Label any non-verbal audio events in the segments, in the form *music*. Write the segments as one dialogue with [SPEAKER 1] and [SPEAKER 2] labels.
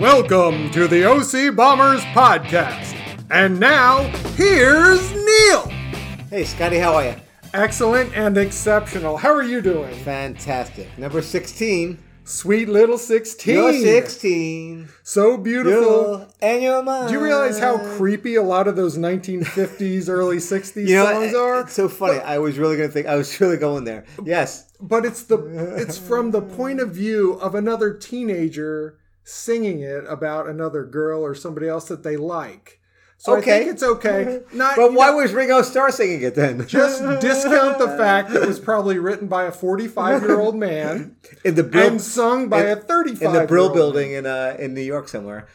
[SPEAKER 1] Welcome to the OC Bombers podcast. And now, here's Neil.
[SPEAKER 2] Hey, Scotty, how are you?
[SPEAKER 1] Excellent and exceptional. How are you doing?
[SPEAKER 2] Fantastic. Number 16.
[SPEAKER 1] Sweet little 16.
[SPEAKER 2] You're 16.
[SPEAKER 1] So beautiful.
[SPEAKER 2] You're, and you're mine.
[SPEAKER 1] Do you realize how creepy a lot of those 1950s, early 60s
[SPEAKER 2] You know, eh,
[SPEAKER 1] songs are?
[SPEAKER 2] It's so funny. I was really going to think, I was really going there. Yes.
[SPEAKER 1] But it's
[SPEAKER 2] *laughs*
[SPEAKER 1] the it's from the point of view of another teenager singing it about another girl or somebody else that they like. So I
[SPEAKER 2] Okay.
[SPEAKER 1] think it's
[SPEAKER 2] *laughs*
[SPEAKER 1] okay. Not
[SPEAKER 2] But
[SPEAKER 1] you
[SPEAKER 2] why
[SPEAKER 1] know,
[SPEAKER 2] was Ringo Starr singing it then?
[SPEAKER 1] just discount
[SPEAKER 2] *laughs*
[SPEAKER 1] the fact that it was probably written by a 45 year old
[SPEAKER 2] *laughs*
[SPEAKER 1] man
[SPEAKER 2] in the Brill,
[SPEAKER 1] and sung by
[SPEAKER 2] in-
[SPEAKER 1] a 35
[SPEAKER 2] in the Brill
[SPEAKER 1] year old.
[SPEAKER 2] building in uh, in New York somewhere.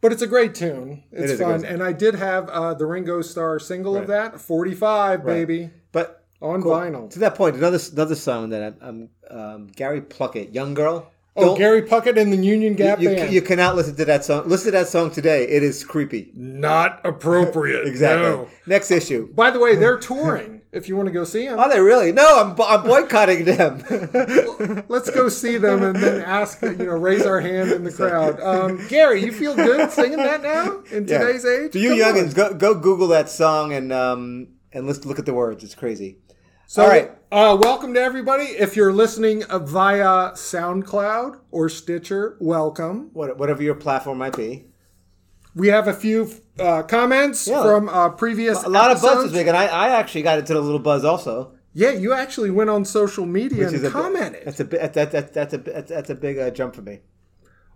[SPEAKER 1] But it's a great tune. It's
[SPEAKER 2] is a great
[SPEAKER 1] fun.
[SPEAKER 2] tune.
[SPEAKER 1] And I did have uh, the Ringo Starr single of that, 45, baby,
[SPEAKER 2] But
[SPEAKER 1] on
[SPEAKER 2] cool.
[SPEAKER 1] vinyl.
[SPEAKER 2] To that point, another another song that I'm, I'm um, Gary Pluckett, Young Girl.
[SPEAKER 1] Oh, Gary Puckett and the Union Gap
[SPEAKER 2] you,
[SPEAKER 1] Band.
[SPEAKER 2] you cannot listen to that song. Listen to that song today. It is creepy.
[SPEAKER 1] Not appropriate.
[SPEAKER 2] Exactly.
[SPEAKER 1] no.
[SPEAKER 2] Next issue.
[SPEAKER 1] By the way,
[SPEAKER 2] *laughs*
[SPEAKER 1] they're touring. if you want to go see them,
[SPEAKER 2] Are they really? No, I'm, I'm boycotting them.
[SPEAKER 1] let's go see them and then ask, you know, raise our hand in the crowd. Um, Gary, you feel good singing that now *laughs* in
[SPEAKER 2] Yeah.
[SPEAKER 1] today's age?
[SPEAKER 2] Do you
[SPEAKER 1] Come on.
[SPEAKER 2] youngins go, go Google that song and um and let's look at the words. It's crazy.
[SPEAKER 1] So,
[SPEAKER 2] All right.
[SPEAKER 1] uh, welcome to everybody. If you're listening uh, via SoundCloud or Stitcher, welcome.
[SPEAKER 2] What, whatever your platform might be,
[SPEAKER 1] We have a few uh, comments
[SPEAKER 2] Yeah.
[SPEAKER 1] from uh, previous
[SPEAKER 2] a lot of buzz
[SPEAKER 1] episodes.
[SPEAKER 2] this week, and I, I actually got into the little buzz also.
[SPEAKER 1] Yeah, you actually went on social media
[SPEAKER 2] Which is
[SPEAKER 1] and
[SPEAKER 2] a-
[SPEAKER 1] commented.
[SPEAKER 2] That's a bi- that, that, that, that's a that's, that's a big uh, jump for me.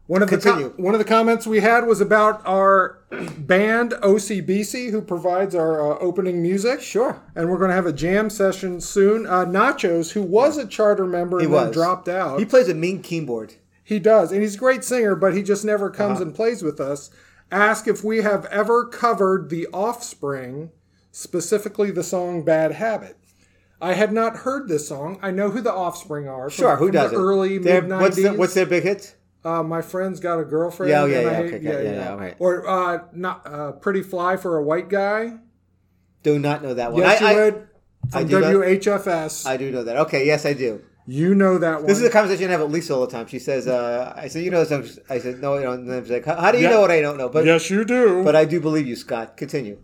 [SPEAKER 1] One of the
[SPEAKER 2] Continue.
[SPEAKER 1] co- one of the comments we had was about our band OCBC, who provides our uh, opening music.
[SPEAKER 2] Sure.
[SPEAKER 1] And we're going to have a jam session soon. Uh, Nachos, who was a charter member and then
[SPEAKER 2] was.
[SPEAKER 1] dropped out,
[SPEAKER 2] He plays a mean keyboard.
[SPEAKER 1] He does, and he's a great singer, but he just never comes
[SPEAKER 2] Uh-huh.
[SPEAKER 1] and plays with us. Ask if we have ever covered The Offspring, specifically the song Bad Habit. I had not heard this song. I know who The Offspring are. from-
[SPEAKER 2] Sure, who
[SPEAKER 1] from the
[SPEAKER 2] does it?
[SPEAKER 1] Early,
[SPEAKER 2] Their-
[SPEAKER 1] mid
[SPEAKER 2] What's, their-
[SPEAKER 1] 90s.
[SPEAKER 2] what's their big hits?
[SPEAKER 1] uh, my friend's got a girlfriend.
[SPEAKER 2] Yeah, oh, yeah,
[SPEAKER 1] and I
[SPEAKER 2] yeah,
[SPEAKER 1] hate-
[SPEAKER 2] okay, okay, yeah, yeah, all right.
[SPEAKER 1] Or uh, not, uh, Pretty Fly for a White Guy.
[SPEAKER 2] Do not know that one.
[SPEAKER 1] Yes,
[SPEAKER 2] I,
[SPEAKER 1] you
[SPEAKER 2] I,
[SPEAKER 1] would.
[SPEAKER 2] I
[SPEAKER 1] From
[SPEAKER 2] do not-
[SPEAKER 1] WHFS.
[SPEAKER 2] I do know that. Okay, yes, I do.
[SPEAKER 1] you know that one.
[SPEAKER 2] This is a conversation I have with Lisa all the time. She says, uh, "I said you know some." I said, "No, you don't." And then she's like, "How how do you
[SPEAKER 1] Yeah.
[SPEAKER 2] know what I don't know?" But
[SPEAKER 1] yes, you do.
[SPEAKER 2] but I do believe you, Scott. Continue.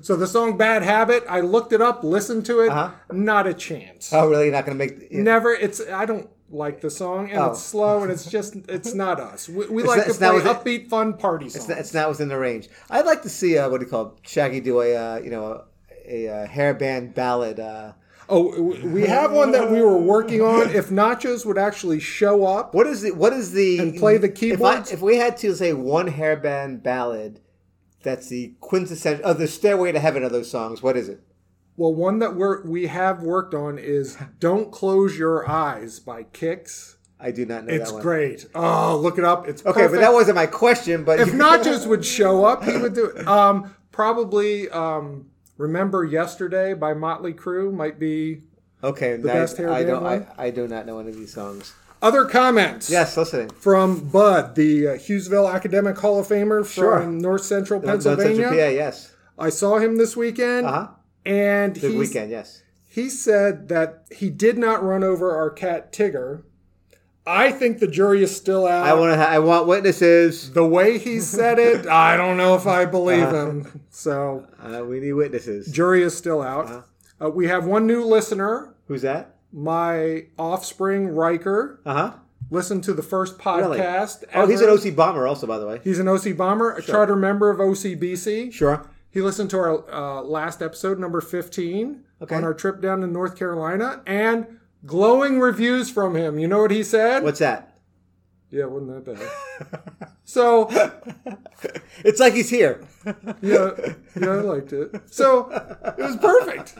[SPEAKER 1] So the song Bad Habit, I looked it up, listened to it,
[SPEAKER 2] Uh-huh.
[SPEAKER 1] not a chance.
[SPEAKER 2] Oh, really? Not going to make it's,
[SPEAKER 1] Never it's I don't like the song and
[SPEAKER 2] Oh.
[SPEAKER 1] it's slow and it's just it's not us. We, we like
[SPEAKER 2] not-
[SPEAKER 1] to
[SPEAKER 2] it's not
[SPEAKER 1] play
[SPEAKER 2] with
[SPEAKER 1] upbeat
[SPEAKER 2] it.
[SPEAKER 1] fun party songs.
[SPEAKER 2] not- it's not within the range. I'd like to see uh, what do you call it? Shaggy do a uh, you know a, a uh, hairband ballad. Uh,
[SPEAKER 1] oh, w- we have one that we were working on if Nachos would actually show up.
[SPEAKER 2] what is the what is the
[SPEAKER 1] And play the
[SPEAKER 2] if I-
[SPEAKER 1] keyboards?
[SPEAKER 2] If, we had to say one hairband ballad, that's the quintessential of the Stairway to Heaven of those songs. What is it?
[SPEAKER 1] Well, one that we're we have worked on is Don't Close Your Eyes by Kicks.
[SPEAKER 2] I do not know
[SPEAKER 1] It's
[SPEAKER 2] that one.
[SPEAKER 1] great. Oh, look it up. It's
[SPEAKER 2] Okay, but that wasn't my question. But
[SPEAKER 1] if
[SPEAKER 2] *laughs*
[SPEAKER 1] Nachos would show up, he would do it. Um, probably um, Remember Yesterday by Motley Crue might be
[SPEAKER 2] okay, the
[SPEAKER 1] best
[SPEAKER 2] I,
[SPEAKER 1] hairband
[SPEAKER 2] don't.
[SPEAKER 1] one?
[SPEAKER 2] I, I do not know any of these songs.
[SPEAKER 1] other comments.
[SPEAKER 2] Yes, listening.
[SPEAKER 1] From Bud, the uh, Hughesville Academic Hall of Famer from
[SPEAKER 2] Sure.
[SPEAKER 1] North Central
[SPEAKER 2] Not Central
[SPEAKER 1] Pennsylvania.
[SPEAKER 2] PA, yes.
[SPEAKER 1] I saw him this weekend,
[SPEAKER 2] Uh huh.
[SPEAKER 1] and
[SPEAKER 2] The
[SPEAKER 1] he's-
[SPEAKER 2] weekend, yes.
[SPEAKER 1] he said that he did not run over our cat Tigger. I think the jury is still out.
[SPEAKER 2] I want to. Ha- I want witnesses.
[SPEAKER 1] the way he said it, I don't know if I believe
[SPEAKER 2] Uh-huh.
[SPEAKER 1] him. So
[SPEAKER 2] Uh, we need witnesses.
[SPEAKER 1] jury is still out.
[SPEAKER 2] Uh-huh.
[SPEAKER 1] Uh, we have one new listener,
[SPEAKER 2] Who's that?
[SPEAKER 1] my offspring Riker.
[SPEAKER 2] Uh huh.
[SPEAKER 1] Listened to the first podcast.
[SPEAKER 2] Oh, he's an
[SPEAKER 1] ever.
[SPEAKER 2] OC bomber, also, by the way.
[SPEAKER 1] He's an OC bomber, a charter member of OCBC.
[SPEAKER 2] Sure.
[SPEAKER 1] He listened to our uh, last episode, number 15,
[SPEAKER 2] Okay.
[SPEAKER 1] on our trip down to North Carolina, and glowing reviews from him. You know what he said?
[SPEAKER 2] What's that?
[SPEAKER 1] Yeah, wasn't that bad. *laughs* so,
[SPEAKER 2] It's like he's here.
[SPEAKER 1] yeah, yeah, I liked it. So, it was perfect.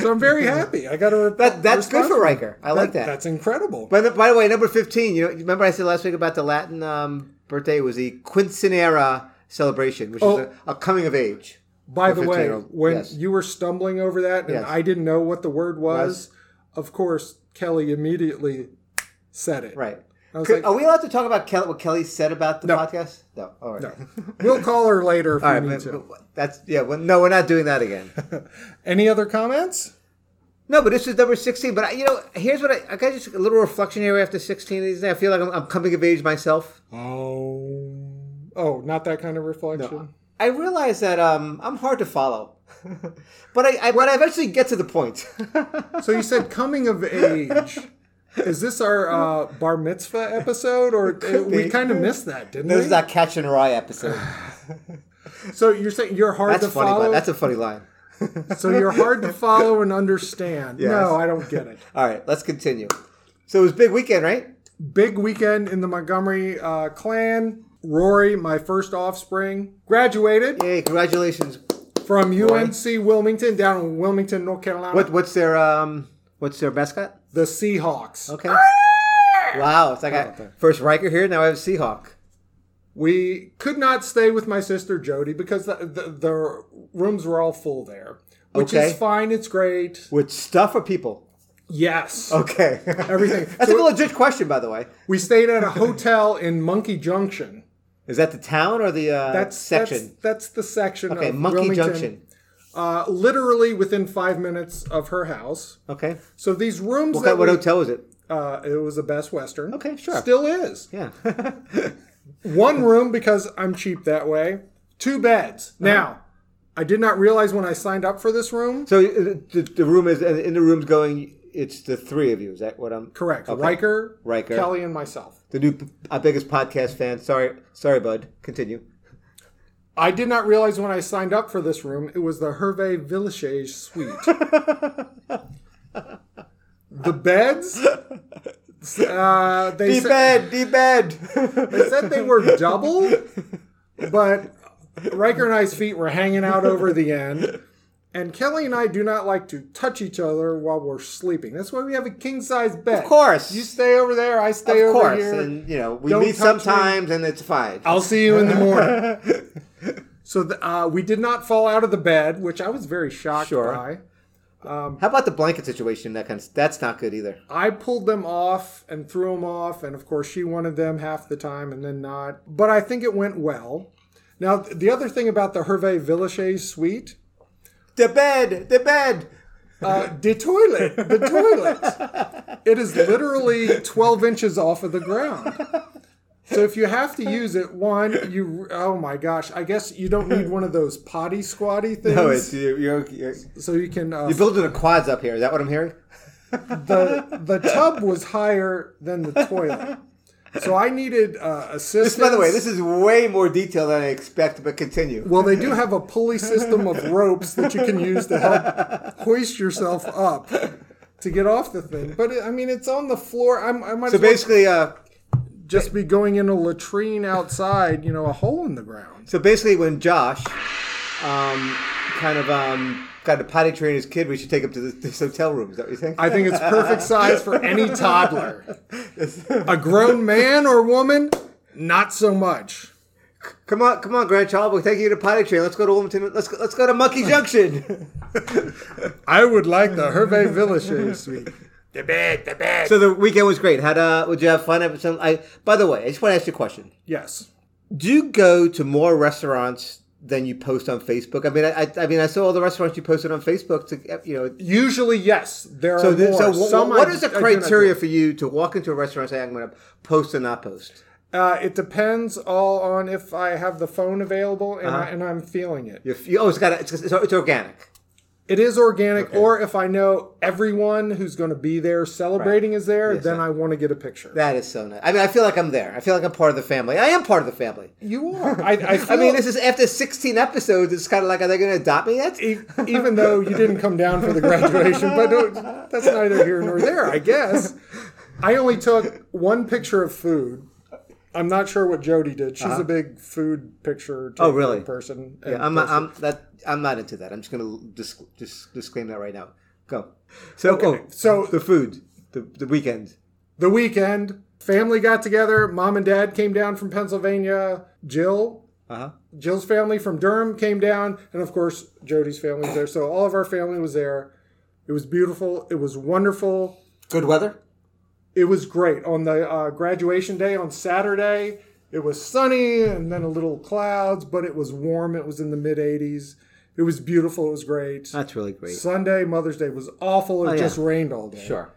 [SPEAKER 1] So, I'm
[SPEAKER 2] *laughs*
[SPEAKER 1] very happy. I got a re- *laughs*
[SPEAKER 2] That that's good
[SPEAKER 1] response
[SPEAKER 2] for
[SPEAKER 1] from-
[SPEAKER 2] Riker. I like that.
[SPEAKER 1] That's incredible.
[SPEAKER 2] By the, by the way, number fifteen. You know, remember I said last week about the Latin um, birthday was the Quinceanera celebration, which
[SPEAKER 1] Oh.
[SPEAKER 2] is a, a coming of age.
[SPEAKER 1] By the way,
[SPEAKER 2] 15-year-old,
[SPEAKER 1] when
[SPEAKER 2] yes.
[SPEAKER 1] you were stumbling over that and
[SPEAKER 2] Yes.
[SPEAKER 1] I didn't know what the word was, of course, Kelly immediately said it.
[SPEAKER 2] Right.
[SPEAKER 1] was
[SPEAKER 2] Could-
[SPEAKER 1] like-
[SPEAKER 2] Are we allowed to talk about Kelly, what Kelly said about the
[SPEAKER 1] No.
[SPEAKER 2] podcast? No. All right.
[SPEAKER 1] *laughs*
[SPEAKER 2] *laughs*
[SPEAKER 1] We'll call her later if
[SPEAKER 2] All
[SPEAKER 1] we
[SPEAKER 2] right.
[SPEAKER 1] need
[SPEAKER 2] but-
[SPEAKER 1] to.
[SPEAKER 2] but that's yeah. Well, no, we're not doing that again.
[SPEAKER 1] Any other comments?
[SPEAKER 2] No, but this is number 16. But, I, you know, here's what I, I got just a little reflection here after 16 of these. I feel like I'm, I'm coming of age myself.
[SPEAKER 1] Oh, oh, not that kind of reflection.
[SPEAKER 2] I realize that um, I'm hard to follow. *laughs* but I, I but I eventually get to the point. *laughs*
[SPEAKER 1] So you said coming of age. Is this our uh, bar mitzvah episode, or we
[SPEAKER 2] be.
[SPEAKER 1] kind of missed that, didn't
[SPEAKER 2] this
[SPEAKER 1] we?
[SPEAKER 2] is that catch and rye episode.
[SPEAKER 1] so you're saying you're hard
[SPEAKER 2] That's
[SPEAKER 1] to
[SPEAKER 2] funny.
[SPEAKER 1] follow.
[SPEAKER 2] But that's a funny line.
[SPEAKER 1] so you're hard to follow and understand.
[SPEAKER 2] *laughs* Yes.
[SPEAKER 1] No, I don't get it.
[SPEAKER 2] All right, let's continue. So it was big weekend, right?
[SPEAKER 1] Big weekend in the Montgomery uh, clan. Rory, my first offspring, graduated
[SPEAKER 2] Yay! Congratulations.
[SPEAKER 1] from UNC Wilmington down in Wilmington, North Carolina.
[SPEAKER 2] What what's their um what's their mascot?
[SPEAKER 1] The Seahawks.
[SPEAKER 2] Okay. wow, it's like I, first Riker here. Now I have Seahawk.
[SPEAKER 1] We could not stay with my sister Jody because the, the, the rooms were all full there, which
[SPEAKER 2] Okay.
[SPEAKER 1] is fine. It's great.
[SPEAKER 2] With stuff or people?
[SPEAKER 1] Yes.
[SPEAKER 2] Okay.
[SPEAKER 1] *laughs* Everything.
[SPEAKER 2] That's
[SPEAKER 1] So-
[SPEAKER 2] a legit question, by the way.
[SPEAKER 1] We stayed at a hotel in Monkey Junction.
[SPEAKER 2] Is that the town or the uh,
[SPEAKER 1] That's
[SPEAKER 2] section?
[SPEAKER 1] That's, that's the section.
[SPEAKER 2] okay,
[SPEAKER 1] of
[SPEAKER 2] Monkey
[SPEAKER 1] Wilmington,
[SPEAKER 2] Junction.
[SPEAKER 1] Uh, literally within five minutes of her house.
[SPEAKER 2] Okay.
[SPEAKER 1] So these rooms.
[SPEAKER 2] What,
[SPEAKER 1] that
[SPEAKER 2] kind- what
[SPEAKER 1] we-
[SPEAKER 2] hotel is it?
[SPEAKER 1] uh, it was the Best Western.
[SPEAKER 2] Okay, sure.
[SPEAKER 1] Still is. *laughs*
[SPEAKER 2] Yeah.
[SPEAKER 1] One room because I'm cheap that way. Two beds.
[SPEAKER 2] Uh-huh.
[SPEAKER 1] Now, I did not realize when I signed up for this room.
[SPEAKER 2] so uh, the, the room is and in the room's going. It's the three of you. Is that what I'm
[SPEAKER 1] Correct.
[SPEAKER 2] Okay.
[SPEAKER 1] Riker,
[SPEAKER 2] Riker.
[SPEAKER 1] Kelly, and myself.
[SPEAKER 2] The new our biggest podcast fan. Sorry, sorry, bud. Continue.
[SPEAKER 1] I did not realize when I signed up for this room it was the Hervé Villechage
[SPEAKER 2] *laughs*
[SPEAKER 1] suite. the beds, uh, they, sa-
[SPEAKER 2] bed, be
[SPEAKER 1] *laughs*
[SPEAKER 2] bed.
[SPEAKER 1] they said they were double, but Riker and I's feet were hanging out over the end. And Kelly and I do not like to touch each other while we're sleeping. That's why we have a king size bed.
[SPEAKER 2] Of course.
[SPEAKER 1] You stay over there, I stay
[SPEAKER 2] of
[SPEAKER 1] over
[SPEAKER 2] course,
[SPEAKER 1] here.
[SPEAKER 2] and you know we
[SPEAKER 1] Don't
[SPEAKER 2] meet
[SPEAKER 1] touch me.
[SPEAKER 2] sometimes, and it's fine.
[SPEAKER 1] I'll see you in the morning.
[SPEAKER 2] *laughs*
[SPEAKER 1] so th uh, we did not fall out of the bed, which I was very shocked
[SPEAKER 2] Sure.
[SPEAKER 1] by.
[SPEAKER 2] How about the blanket situation? That kind of that's not good either.
[SPEAKER 1] I pulled them off and threw them off, and of course she wanted them half the time and then not. But I think it went well. Now th- the other thing about the Hervé Villechais suite,
[SPEAKER 2] The bed, the bed. *laughs*
[SPEAKER 1] uh, the toilet, the toilet. It is literally twelve inches off of the ground. So if you have to use it, one you oh my gosh, I guess you don't need one of those potty squatty things.
[SPEAKER 2] *laughs* No, Oh, it's you. You're, you're,
[SPEAKER 1] so you can uh,
[SPEAKER 2] you're building the quads up here. Is that what I'm hearing? *laughs*
[SPEAKER 1] the the tub was higher than the toilet, so I needed uh, assistance.
[SPEAKER 2] By the way, this is way more detail than I expect, but continue.
[SPEAKER 1] well, they do have a pulley system of ropes that you can use to help hoist yourself up to get off the thing. But I mean, it's on the floor. I'm, I might
[SPEAKER 2] So
[SPEAKER 1] as well
[SPEAKER 2] basically, uh,
[SPEAKER 1] just be going in a latrine outside. You know, a hole in the ground.
[SPEAKER 2] so basically, when Josh, um, kind of um, got to potty train his kid, we should take him to this, this hotel room. Is that what you think?
[SPEAKER 1] I think it's perfect size for any toddler. A grown man or woman, not so much.
[SPEAKER 2] *laughs* Come on, come on, grandchild. We'll take you to potty train. Let's go to Wilmington. Let's go, let's go to Monkey Junction. *laughs*
[SPEAKER 1] I would like the Hervé Villechaize suite.
[SPEAKER 2] so the weekend was great. Had uh, would you have fun? Have some- I, by the way, I just want to ask you a question.
[SPEAKER 1] Yes.
[SPEAKER 2] Do you go to more restaurants than you post on Facebook? I mean, I, I, I mean, I saw all the restaurants you posted on Facebook. To you know,
[SPEAKER 1] Usually, yes. There
[SPEAKER 2] so,
[SPEAKER 1] are
[SPEAKER 2] th-
[SPEAKER 1] more.
[SPEAKER 2] so wh-
[SPEAKER 1] Some
[SPEAKER 2] what
[SPEAKER 1] I-
[SPEAKER 2] is the
[SPEAKER 1] I do not do.
[SPEAKER 2] criteria for you to walk into a restaurant and say I'm going to post and not post?
[SPEAKER 1] Uh, it depends all on if I have the phone available
[SPEAKER 2] Uh-huh.
[SPEAKER 1] and, I, and I'm feeling it.
[SPEAKER 2] If you, oh, it's got it's, it's, it's organic.
[SPEAKER 1] It is organic, or if I know everyone who's going to be there celebrating is there, then I want to get a picture.
[SPEAKER 2] That is so nice. I mean, I feel like I'm there. I feel like I'm part of the family. I am part of the family.
[SPEAKER 1] you are. I, I, feel,
[SPEAKER 2] *laughs* I mean, this is after 16 episodes. It's kind of like, are they going to adopt me yet?
[SPEAKER 1] e- even though you didn't come down for the graduation, but no, that's neither here nor there, I guess. I only took one picture of food. I'm not sure what Jody did. She's a big food picture.
[SPEAKER 2] Uh-huh. Oh, really?
[SPEAKER 1] Person.
[SPEAKER 2] Yeah, I'm not. I'm that. I'm not into that. I'm just going to disc, disc, disclaim that right now. Go. So, oh,
[SPEAKER 1] so-
[SPEAKER 2] the food, the the weekend.
[SPEAKER 1] the weekend. Family got together. Mom and dad came down from Pennsylvania. Jill,
[SPEAKER 2] Uh huh.
[SPEAKER 1] Jill's family from Durham came down, and of course Jody's family was there. So all of our family was there. It was beautiful. It was wonderful.
[SPEAKER 2] Good weather.
[SPEAKER 1] It was great. On the uh, graduation day on Saturday, it was sunny and then a little clouds, but it was warm. It was in the mid 80s. It was beautiful. It was great.
[SPEAKER 2] That's really great.
[SPEAKER 1] Sunday, Mother's Day was awful. It
[SPEAKER 2] Oh, yeah.
[SPEAKER 1] just rained all day.
[SPEAKER 2] Sure.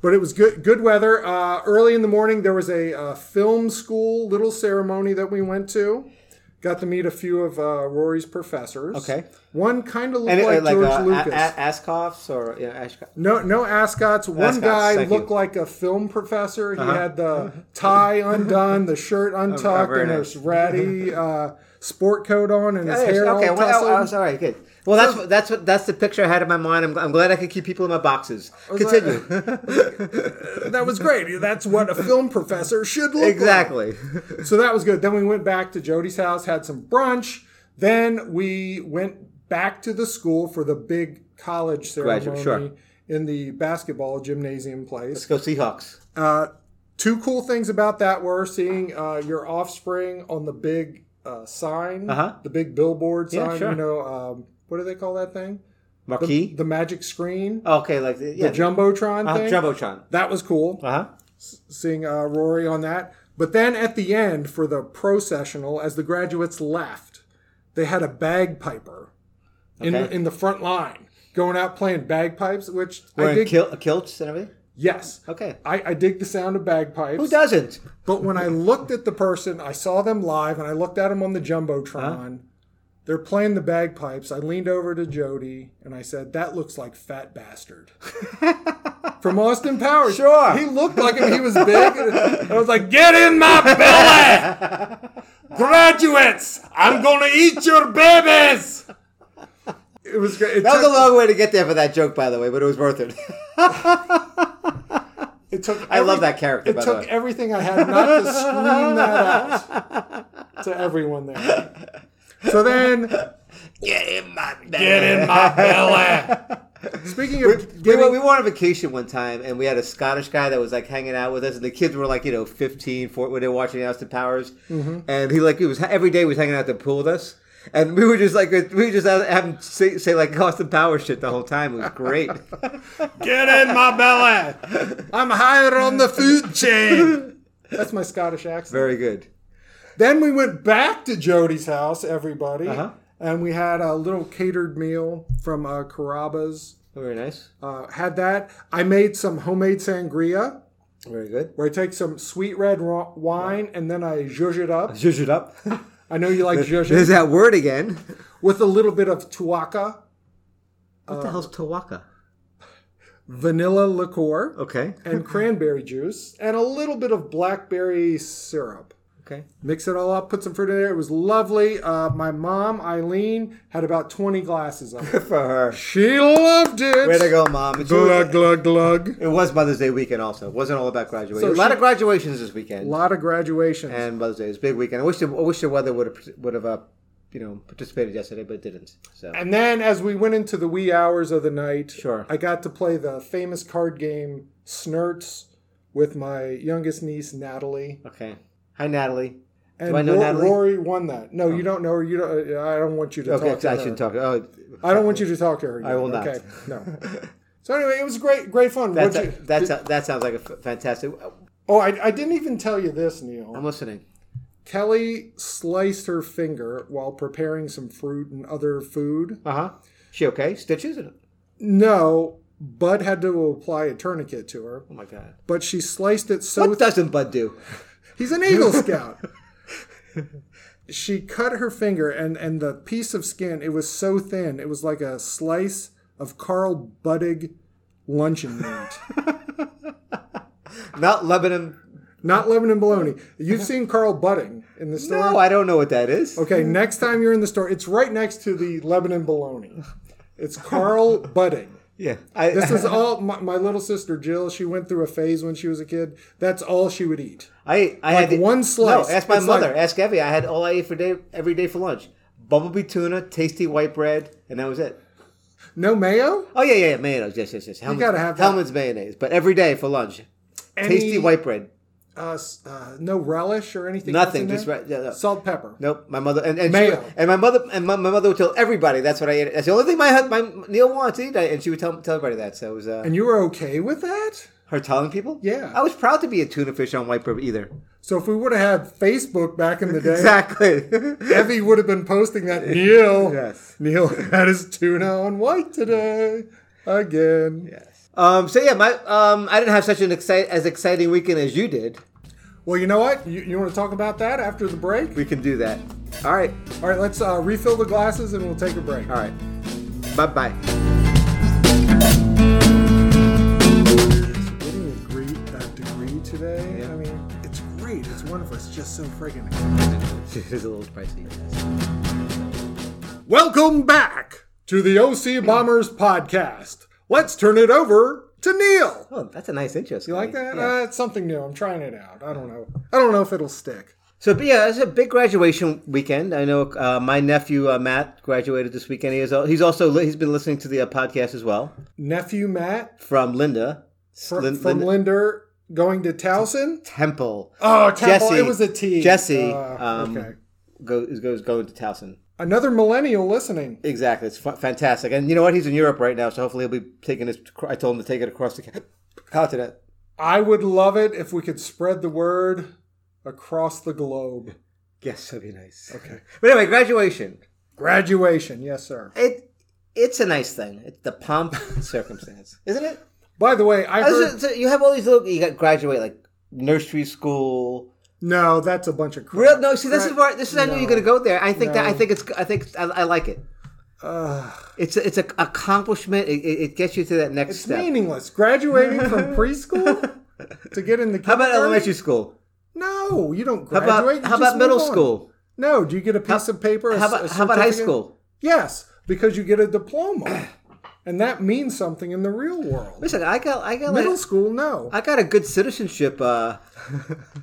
[SPEAKER 1] But it was good good weather. Uh, early in the morning, there was a uh, film school little ceremony that we went to. Got to meet a few of uh, Rory's professors.
[SPEAKER 2] Okay.
[SPEAKER 1] One kind of looked
[SPEAKER 2] And it,
[SPEAKER 1] like,
[SPEAKER 2] like,
[SPEAKER 1] George
[SPEAKER 2] uh, a-
[SPEAKER 1] Lucas.
[SPEAKER 2] a- Ascoffs or you know, Ashco-
[SPEAKER 1] no, no ascots. One
[SPEAKER 2] Ascots,
[SPEAKER 1] guy
[SPEAKER 2] thank you. Uh-huh.
[SPEAKER 1] looked like a film professor. He had the tie undone, the
[SPEAKER 2] *laughs*
[SPEAKER 1] shirt untucked,
[SPEAKER 2] very
[SPEAKER 1] and
[SPEAKER 2] nice.
[SPEAKER 1] his ratty uh, sport coat on, and his
[SPEAKER 2] Yes,
[SPEAKER 1] hair
[SPEAKER 2] okay,
[SPEAKER 1] all
[SPEAKER 2] well,
[SPEAKER 1] tousled.
[SPEAKER 2] I, I was all right. Good. Well, that's what that's what that's the picture I had in my mind. I'm, I'm glad I could keep people in my boxes. Continue. *laughs*
[SPEAKER 1] that was great. That's what a film professor should look like.
[SPEAKER 2] exactly.
[SPEAKER 1] so that was good. Then we went back to Jody's house, had some brunch. Then we went back to the school for the big college
[SPEAKER 2] Graduate,
[SPEAKER 1] ceremony in the basketball gymnasium place.
[SPEAKER 2] Let's go Seahawks.
[SPEAKER 1] Two cool things about that were seeing uh, your offspring on the big uh, sign,
[SPEAKER 2] Uh-huh.
[SPEAKER 1] the big billboard
[SPEAKER 2] Yeah,
[SPEAKER 1] sign.
[SPEAKER 2] sure.
[SPEAKER 1] You know, um, what do they call that thing?
[SPEAKER 2] Marquee.
[SPEAKER 1] The magic screen,
[SPEAKER 2] okay, like yeah,
[SPEAKER 1] the jumbotron
[SPEAKER 2] uh,
[SPEAKER 1] thing.
[SPEAKER 2] jumbotron.
[SPEAKER 1] that was cool.
[SPEAKER 2] Uh huh.
[SPEAKER 1] seeing uh, Rory on that. But then at the end for the processional, as the graduates left, they had a bagpiper in the,
[SPEAKER 2] Okay.
[SPEAKER 1] in the front line going out playing bagpipes, which I
[SPEAKER 2] Wearing
[SPEAKER 1] dig.
[SPEAKER 2] kil- kilts and everything.
[SPEAKER 1] yes,
[SPEAKER 2] Okay.
[SPEAKER 1] I, I dig the sound of bagpipes.
[SPEAKER 2] Who doesn't?
[SPEAKER 1] But when I looked at the person, I saw them live, and I looked at them on the
[SPEAKER 2] Uh-huh.
[SPEAKER 1] jumbotron. They're playing the bagpipes. I leaned over to Jody and I said, "That looks like Fat Bastard
[SPEAKER 2] *laughs*
[SPEAKER 1] from Austin Powers."
[SPEAKER 2] Sure.
[SPEAKER 1] he looked like him. He was big. And I was like, "Get in my belly,
[SPEAKER 2] *laughs*
[SPEAKER 1] graduates! I'm gonna eat your babies." It was great. It
[SPEAKER 2] That was a
[SPEAKER 1] took-
[SPEAKER 2] long way to get there for that joke, by the way, but it was worth it.
[SPEAKER 1] It took
[SPEAKER 2] I love that character,
[SPEAKER 1] It
[SPEAKER 2] by the
[SPEAKER 1] took
[SPEAKER 2] way.
[SPEAKER 1] everything I had not to scream that
[SPEAKER 2] *laughs*
[SPEAKER 1] out to everyone there. So then,
[SPEAKER 2] Get in my bed.
[SPEAKER 1] my belly. Speaking of
[SPEAKER 2] We
[SPEAKER 1] getting,
[SPEAKER 2] went, we were on a vacation one time, and we had a Scottish guy that was like hanging out with us, and the kids were like, you know, 15, 14, when they were watching Austin Powers, and he like he was every day he was hanging out at the pool with us, and we were just like we were just having say, say like Austin Powers shit the whole time. It was *laughs* great.
[SPEAKER 1] get in my belly. I'm higher on the food chain. That's my Scottish accent.
[SPEAKER 2] Very good.
[SPEAKER 1] Then we went back to Jody's house, everybody,
[SPEAKER 2] Uh-huh.
[SPEAKER 1] and we had a little catered meal from uh, Carrabba's.
[SPEAKER 2] Very nice.
[SPEAKER 1] Uh, had that. I made some homemade sangria.
[SPEAKER 2] Very good.
[SPEAKER 1] where I take some sweet red ro- wine and then I zhuzh it up.
[SPEAKER 2] Zhuzh it up. *laughs*
[SPEAKER 1] I know you like zhuzh
[SPEAKER 2] There's
[SPEAKER 1] it
[SPEAKER 2] that word again.
[SPEAKER 1] with a little bit of tuaca,
[SPEAKER 2] What the hell's Tawaka?
[SPEAKER 1] vanilla liqueur,
[SPEAKER 2] Okay.
[SPEAKER 1] *laughs* and cranberry juice, and a little bit of blackberry syrup.
[SPEAKER 2] Okay.
[SPEAKER 1] Mix it all up, put some fruit in there. It was lovely. Uh, my mom, Eileen, had about 20 glasses of it.
[SPEAKER 2] For
[SPEAKER 1] *laughs*
[SPEAKER 2] her.
[SPEAKER 1] she loved it.
[SPEAKER 2] Way to go, mom. It's
[SPEAKER 1] Glug, glug, glug.
[SPEAKER 2] It was Mother's Day weekend also. It wasn't all about graduation.
[SPEAKER 1] So
[SPEAKER 2] a lot
[SPEAKER 1] she-
[SPEAKER 2] of graduations this weekend.
[SPEAKER 1] A lot of graduations.
[SPEAKER 2] and Mother's Day. It was a big weekend. I wish the, I wish the weather would have would have uh, you know participated yesterday, but it didn't. So
[SPEAKER 1] And then as we went into the wee hours of the night,
[SPEAKER 2] Sure.
[SPEAKER 1] I got to play the famous card game Snurts with my youngest niece Natalie.
[SPEAKER 2] okay, hi Natalie.
[SPEAKER 1] And
[SPEAKER 2] I know
[SPEAKER 1] Ro-
[SPEAKER 2] Natalie? Oh.
[SPEAKER 1] Rory won that. No, you don't know her. You don't. I don't want you to
[SPEAKER 2] Okay,
[SPEAKER 1] talk to
[SPEAKER 2] I
[SPEAKER 1] her.
[SPEAKER 2] shouldn't talk. Oh,
[SPEAKER 1] I don't want you to talk to her. Yet. I
[SPEAKER 2] will not.
[SPEAKER 1] Okay. No. So anyway, it was great, great fun.
[SPEAKER 2] that's
[SPEAKER 1] What'd you-
[SPEAKER 2] that's that sounds like a f- fantastic.
[SPEAKER 1] oh, I, I didn't even tell you this, Neil.
[SPEAKER 2] I'm listening.
[SPEAKER 1] Kelly sliced her finger while preparing some fruit and other food.
[SPEAKER 2] Uh huh. She okay? Stitches? Oh Or-
[SPEAKER 1] No, Bud had to apply a tourniquet to her,
[SPEAKER 2] Oh my god.
[SPEAKER 1] but she sliced it so
[SPEAKER 2] What doesn't Bud do?
[SPEAKER 1] He's an
[SPEAKER 2] *laughs*
[SPEAKER 1] Eagle Scout. she cut her finger, and and the piece of skin it was so thin, it was like a slice of Carl Buddig luncheon meat,
[SPEAKER 2] Not Lebanon.
[SPEAKER 1] not Lebanon bologna. You've seen Carl Budding in the store.
[SPEAKER 2] No, Oh, I don't know what that is.
[SPEAKER 1] Okay, next time you're in the store, it's right next to the Lebanon bologna. It's
[SPEAKER 2] *laughs*
[SPEAKER 1] Carl Budding.
[SPEAKER 2] Yeah. I,
[SPEAKER 1] This is all my, my little sister Jill. She went through a phase when she was a kid. That's all she would eat.
[SPEAKER 2] *laughs* I I had
[SPEAKER 1] one slice.
[SPEAKER 2] No, ask my
[SPEAKER 1] It's
[SPEAKER 2] mother.
[SPEAKER 1] like-
[SPEAKER 2] ask Evie. I had all I ate for day every day for lunch: bumblebee tuna, tasty white bread, and that was it.
[SPEAKER 1] No mayo.
[SPEAKER 2] Oh yeah, yeah, yeah, mayonnaise. Yes, yes, yes. Hellman's,
[SPEAKER 1] gotta have that.
[SPEAKER 2] Hellman's mayonnaise, but every day for lunch. Tasty
[SPEAKER 1] Any-
[SPEAKER 2] white bread.
[SPEAKER 1] Uh, s- uh, no relish or anything. else
[SPEAKER 2] Nothing,
[SPEAKER 1] in there?
[SPEAKER 2] just right- yeah, no.
[SPEAKER 1] salt, pepper.
[SPEAKER 2] Nope. My mother and, and she-
[SPEAKER 1] Mayo.
[SPEAKER 2] and my mother and my, my mother would tell everybody that's what I ate. That's the only thing my hu- my Neil wants to eat, and she would tell tell everybody that. So it was uh,
[SPEAKER 1] And you were okay with that?
[SPEAKER 2] Her telling people?
[SPEAKER 1] Yeah.
[SPEAKER 2] I was proud to be a tuna fish on White River either.
[SPEAKER 1] So if we would have had Facebook back
[SPEAKER 2] *laughs*
[SPEAKER 1] in the day,
[SPEAKER 2] Exactly.
[SPEAKER 1] Evie would have been posting *laughs* that Neil.
[SPEAKER 2] Yes.
[SPEAKER 1] Neil had his tuna on white today again.
[SPEAKER 2] yes. Um, so yeah, my um, I didn't have such an excite, as exciting weekend as you did.
[SPEAKER 1] Well, you know what? You, you want to talk about that after the break?
[SPEAKER 2] We can do that. All right.
[SPEAKER 1] All right, let's uh, refill the glasses and we'll take a break.
[SPEAKER 2] All right. Bye *laughs* bye.
[SPEAKER 1] It's getting a degree, a degree today.
[SPEAKER 2] Yeah.
[SPEAKER 1] I mean, it's great. It's wonderful. It's just so friggin'
[SPEAKER 2] it is a little pricey.
[SPEAKER 1] Welcome back to the OC Bombers podcast. Let's turn it over to Neil.
[SPEAKER 2] Oh, that's a nice intro.
[SPEAKER 1] You like that? Uh, it's something new. I'm trying it out. I don't know. I don't know if it'll stick.
[SPEAKER 2] So but yeah, it's a big graduation weekend. I know uh, my nephew uh, Matt graduated this weekend. He is al- he's also li- he's been listening to the uh, podcast as well
[SPEAKER 1] Nephew Matt
[SPEAKER 2] from Linda
[SPEAKER 1] fr-
[SPEAKER 2] Lin-
[SPEAKER 1] from
[SPEAKER 2] Linda
[SPEAKER 1] Linder going to Towson.
[SPEAKER 2] Temple.
[SPEAKER 1] Oh, Temple.
[SPEAKER 2] Jesse-
[SPEAKER 1] It was a T.
[SPEAKER 2] Jesse,
[SPEAKER 1] Uh,
[SPEAKER 2] um,
[SPEAKER 1] okay.
[SPEAKER 2] Go, is- goes going to Towson.
[SPEAKER 1] Another millennial listening.
[SPEAKER 2] Exactly, it's f- fantastic. And you know what? He's in Europe right now, so hopefully he'll be taking his. I told him to take it across the continent.
[SPEAKER 1] I would love it if we could spread the word across the globe.
[SPEAKER 2] Yes, that'd be nice.
[SPEAKER 1] Okay.
[SPEAKER 2] But anyway, graduation.
[SPEAKER 1] Graduation, yes, sir.
[SPEAKER 2] It it's a nice thing. It's the *laughs* pomp and circumstance, isn't it?
[SPEAKER 1] By the way, I
[SPEAKER 2] I was
[SPEAKER 1] heard.
[SPEAKER 2] just- so you have all these little. You got graduate like nursery school.
[SPEAKER 1] No, that's a bunch of crap.
[SPEAKER 2] Real no. See, this is where this is. I knew
[SPEAKER 1] No.
[SPEAKER 2] you're going to go there. I think that I
[SPEAKER 1] No.
[SPEAKER 2] think it's. I think I, I like it.
[SPEAKER 1] Ugh.
[SPEAKER 2] It's a, it's an accomplishment. It, it, it gets you to that next
[SPEAKER 1] it's
[SPEAKER 2] step.
[SPEAKER 1] meaningless. Graduating
[SPEAKER 2] *laughs*
[SPEAKER 1] from preschool to get in the
[SPEAKER 2] How about elementary school?
[SPEAKER 1] No, you don't
[SPEAKER 2] How
[SPEAKER 1] graduate.
[SPEAKER 2] about
[SPEAKER 1] you
[SPEAKER 2] how
[SPEAKER 1] just
[SPEAKER 2] about middle
[SPEAKER 1] move on.
[SPEAKER 2] school?
[SPEAKER 1] No, do you get a piece of paper? a
[SPEAKER 2] How
[SPEAKER 1] s-
[SPEAKER 2] about
[SPEAKER 1] a
[SPEAKER 2] how about high
[SPEAKER 1] certificate?
[SPEAKER 2] school?
[SPEAKER 1] Yes, because you get a diploma, and that means something in the real world.
[SPEAKER 2] Listen, I got I got
[SPEAKER 1] Middle
[SPEAKER 2] like,
[SPEAKER 1] school, no.
[SPEAKER 2] I got a good citizenship. Uh,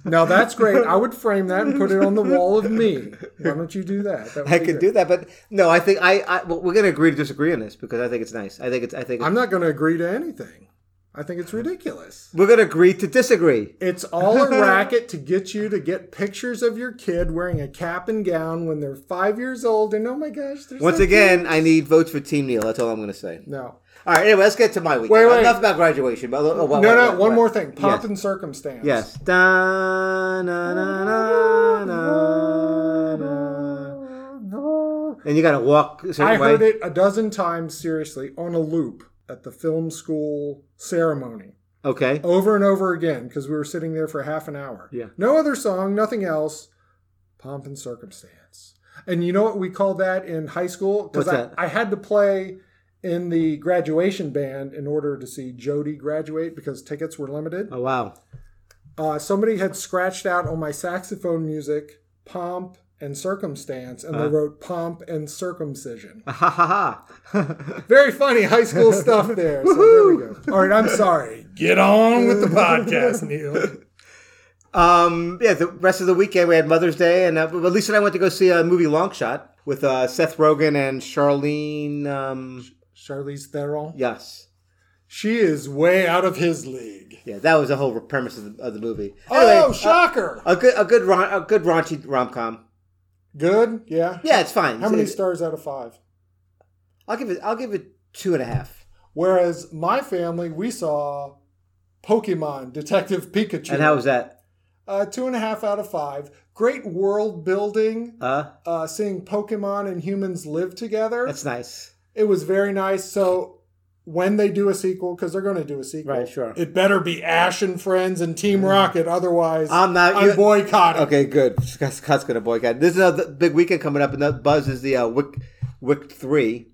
[SPEAKER 1] Now that's great. I would frame that and put it on the wall of me. Why don't you do that? that would
[SPEAKER 2] I
[SPEAKER 1] be
[SPEAKER 2] could
[SPEAKER 1] good.
[SPEAKER 2] do that, but no, I think I, I well, we're going to agree to disagree on this because I think it's nice. I think it's I think
[SPEAKER 1] I'm not going to agree to anything. I think it's ridiculous.
[SPEAKER 2] we're going to agree to disagree.
[SPEAKER 1] It's all a racket to get you to get pictures of your kid wearing a cap and gown when they're five years old. And oh my gosh, they're
[SPEAKER 2] Once
[SPEAKER 1] so
[SPEAKER 2] again, I need votes for Team Neil. That's all I'm going to say.
[SPEAKER 1] cute. no,
[SPEAKER 2] All right, anyway, let's get to my weekend.
[SPEAKER 1] Wait, wait.
[SPEAKER 2] Enough about graduation. But, oh,
[SPEAKER 1] no,
[SPEAKER 2] what-
[SPEAKER 1] no. no,
[SPEAKER 2] what- what-
[SPEAKER 1] one
[SPEAKER 2] what-
[SPEAKER 1] more thing. Pomp
[SPEAKER 2] Yes.
[SPEAKER 1] and circumstance.
[SPEAKER 2] Yes. Da, na, na, na, na, na. And you got to walk a certain
[SPEAKER 1] I heard
[SPEAKER 2] way.
[SPEAKER 1] it a dozen times, seriously, on a loop at the film school ceremony.
[SPEAKER 2] Okay.
[SPEAKER 1] over and over again because we were sitting there for half an hour.
[SPEAKER 2] Yeah.
[SPEAKER 1] No other song, nothing else. Pomp and circumstance. And you know what we called that in high school? Because
[SPEAKER 2] What's
[SPEAKER 1] I,
[SPEAKER 2] that?
[SPEAKER 1] I had to play in the graduation band in order to see Jody graduate because tickets were limited.
[SPEAKER 2] Oh, wow. *laughs*
[SPEAKER 1] Uh, somebody had scratched out on my saxophone music pomp and circumstance, and they
[SPEAKER 2] Uh-huh.
[SPEAKER 1] wrote pomp and circumcision.
[SPEAKER 2] Ha ha ha.
[SPEAKER 1] Very funny high school stuff there. so there we go. All right, I'm sorry. Get on with the podcast, Neil.
[SPEAKER 2] Um, yeah, the rest of the weekend we had Mother's Day, and uh, but Lisa and I went to go see a movie Long Shot with uh, Seth Rogen and Charlene. Um,
[SPEAKER 1] Charlize Theron.
[SPEAKER 2] yes,
[SPEAKER 1] She is way out of his league.
[SPEAKER 2] yeah, that was the whole premise of the, of the movie.
[SPEAKER 1] oh,
[SPEAKER 2] Anyway, uh,
[SPEAKER 1] shocker!
[SPEAKER 2] a good, a good, ron- a good raunchy rom com.
[SPEAKER 1] Good, yeah.
[SPEAKER 2] Yeah, it's fine.
[SPEAKER 1] How many
[SPEAKER 2] It's-
[SPEAKER 1] stars out of five?
[SPEAKER 2] I'll give it. I'll give it two and a half.
[SPEAKER 1] Whereas my family, we saw Pokemon Detective Pikachu.
[SPEAKER 2] And how was that?
[SPEAKER 1] uh, two and a half out of five. Great world building.
[SPEAKER 2] Uh,
[SPEAKER 1] Uh, seeing Pokemon and humans live together.
[SPEAKER 2] that's nice.
[SPEAKER 1] it was very nice. So when they do a sequel, because they're going to do a sequel,
[SPEAKER 2] Right, sure.
[SPEAKER 1] It better be Ash and friends and Team Rocket. Otherwise,
[SPEAKER 2] Mm. I'm not-
[SPEAKER 1] I'm
[SPEAKER 2] you-
[SPEAKER 1] boycotting.
[SPEAKER 2] Okay, good. Scott's Scott's gonna boycott. This is a big weekend coming up, and the buzz is the uh, Wick, Wick three.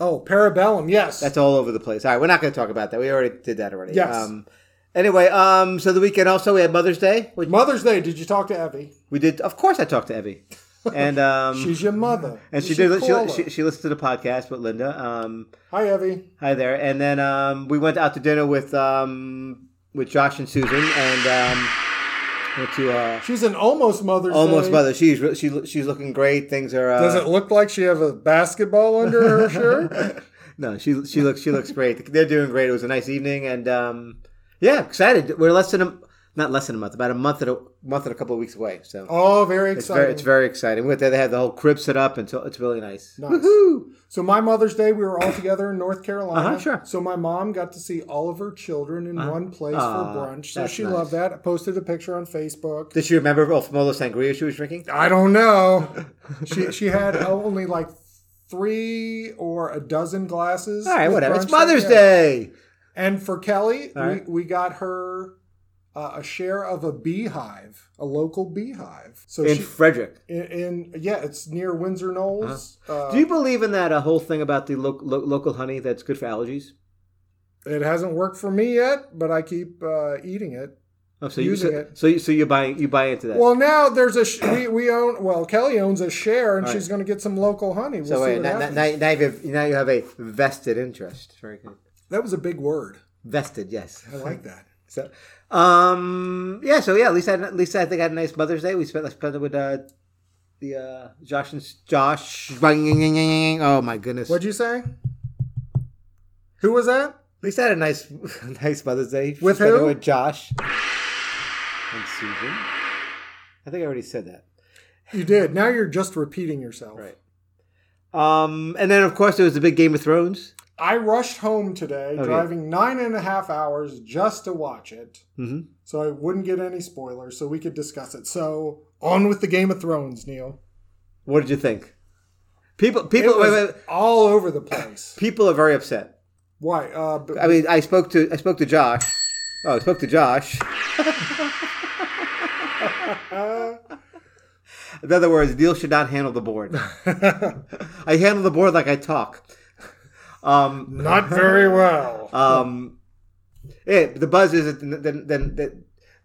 [SPEAKER 1] Oh, Parabellum. Yes.
[SPEAKER 2] That's all over the place. All right, we're not going to talk about that. We already did that already.
[SPEAKER 1] Yes.
[SPEAKER 2] Um, anyway, um, so the weekend also we had Mother's Day. Which
[SPEAKER 1] Mother's Day, did you talk to Evie?
[SPEAKER 2] we did. Of course, I talked
[SPEAKER 1] *laughs*
[SPEAKER 2] to Evie, and um,
[SPEAKER 1] She's your mother.
[SPEAKER 2] and
[SPEAKER 1] You
[SPEAKER 2] she
[SPEAKER 1] should
[SPEAKER 2] did.
[SPEAKER 1] call
[SPEAKER 2] She,
[SPEAKER 1] her.
[SPEAKER 2] she, she listened to the podcast with Linda. Um,
[SPEAKER 1] Hi, Evie.
[SPEAKER 2] hi there. And then um, we went out to dinner with um, with Josh and Susan, and um, went to uh,
[SPEAKER 1] She's an almost Mother's
[SPEAKER 2] almost
[SPEAKER 1] Day.
[SPEAKER 2] Mother. She's re- she, she's looking great. Things are. Uh,
[SPEAKER 1] Does it look like she have a basketball under
[SPEAKER 2] *laughs*
[SPEAKER 1] her shirt?
[SPEAKER 2] No, she she looks she looks great. They're doing great. It was a nice evening, and um, yeah, excited. We're less than a not less than a month, about a month and a month and a couple of weeks away. So
[SPEAKER 1] Oh, very
[SPEAKER 2] it's
[SPEAKER 1] exciting.
[SPEAKER 2] very it's very exciting. We went there, they had the whole crib set up, and so it's really nice.
[SPEAKER 1] Nice.
[SPEAKER 2] Woohoo!
[SPEAKER 1] So my Mother's Day, we were all together in North Carolina.
[SPEAKER 2] Uh-huh, sure. Uh-huh.
[SPEAKER 1] So my mom got to see all of her children in one place
[SPEAKER 2] Aw,
[SPEAKER 1] for brunch. So
[SPEAKER 2] that's
[SPEAKER 1] she
[SPEAKER 2] nice.
[SPEAKER 1] loved that. I posted a picture on Facebook.
[SPEAKER 2] Did she remember all from all the sangria she was drinking?
[SPEAKER 1] I don't
[SPEAKER 2] *laughs*
[SPEAKER 1] know. she she had only like three or a dozen glasses.
[SPEAKER 2] All right,
[SPEAKER 1] with
[SPEAKER 2] whatever.
[SPEAKER 1] brunch
[SPEAKER 2] It's
[SPEAKER 1] that
[SPEAKER 2] Mother's
[SPEAKER 1] day.
[SPEAKER 2] Day.
[SPEAKER 1] And for Kelly,
[SPEAKER 2] All right.
[SPEAKER 1] we, we got her uh, a share of a beehive, a local beehive. So
[SPEAKER 2] in
[SPEAKER 1] she
[SPEAKER 2] Frederick.
[SPEAKER 1] in, in yeah, it's near Windsor Knowles. uh
[SPEAKER 2] Uh-huh. Do you believe in that uh, whole thing about the lo- lo- local honey that's good for allergies?
[SPEAKER 1] It hasn't worked for me yet, but I keep uh, eating it.
[SPEAKER 2] Oh, so you
[SPEAKER 1] Using
[SPEAKER 2] so,
[SPEAKER 1] it.
[SPEAKER 2] so you so you buy you buy into that.
[SPEAKER 1] Well, now there's a sh- we, we own well Kelly owns a share, and
[SPEAKER 2] All right.
[SPEAKER 1] she's going to get some local honey. We'll
[SPEAKER 2] so
[SPEAKER 1] see
[SPEAKER 2] wait,
[SPEAKER 1] what
[SPEAKER 2] now, now,
[SPEAKER 1] happens.
[SPEAKER 2] now, now, you have, now you have a vested interest. Very good.
[SPEAKER 1] that was a big word.
[SPEAKER 2] Vested, yes. *laughs*
[SPEAKER 1] I like that.
[SPEAKER 2] So, um, yeah. So yeah, at least I, at least I think I had a nice Mother's Day. We spent I spent it with uh, the uh, Josh and Josh. Oh my goodness.
[SPEAKER 1] What'd you say? Who was that?
[SPEAKER 2] At least I had a nice *laughs* nice Mother's Day.
[SPEAKER 1] With
[SPEAKER 2] Spent it
[SPEAKER 1] who?
[SPEAKER 2] With Josh and Susan. I think I already said that.
[SPEAKER 1] You did. Now you're just repeating yourself.
[SPEAKER 2] Right. Um, and then of course there was the big Game of Thrones.
[SPEAKER 1] I rushed home today, driving nine and a half hours just to watch it,
[SPEAKER 2] Mhm.
[SPEAKER 1] so I wouldn't get any spoilers, so we could discuss it. So on with the Game of Thrones, Neil.
[SPEAKER 2] What did you think? People,
[SPEAKER 1] It
[SPEAKER 2] people, wait,
[SPEAKER 1] was
[SPEAKER 2] wait,
[SPEAKER 1] all over the place.
[SPEAKER 2] people are very upset.
[SPEAKER 1] Why? Uh, b-
[SPEAKER 2] I mean, I spoke to I spoke to Josh. Oh, I spoke to Josh. In other words, Neil should not handle the board. I handle the board like I talk. Um,
[SPEAKER 1] *laughs* not very
[SPEAKER 2] *laughs*
[SPEAKER 1] well.
[SPEAKER 2] um, yeah, the buzz is that then then the,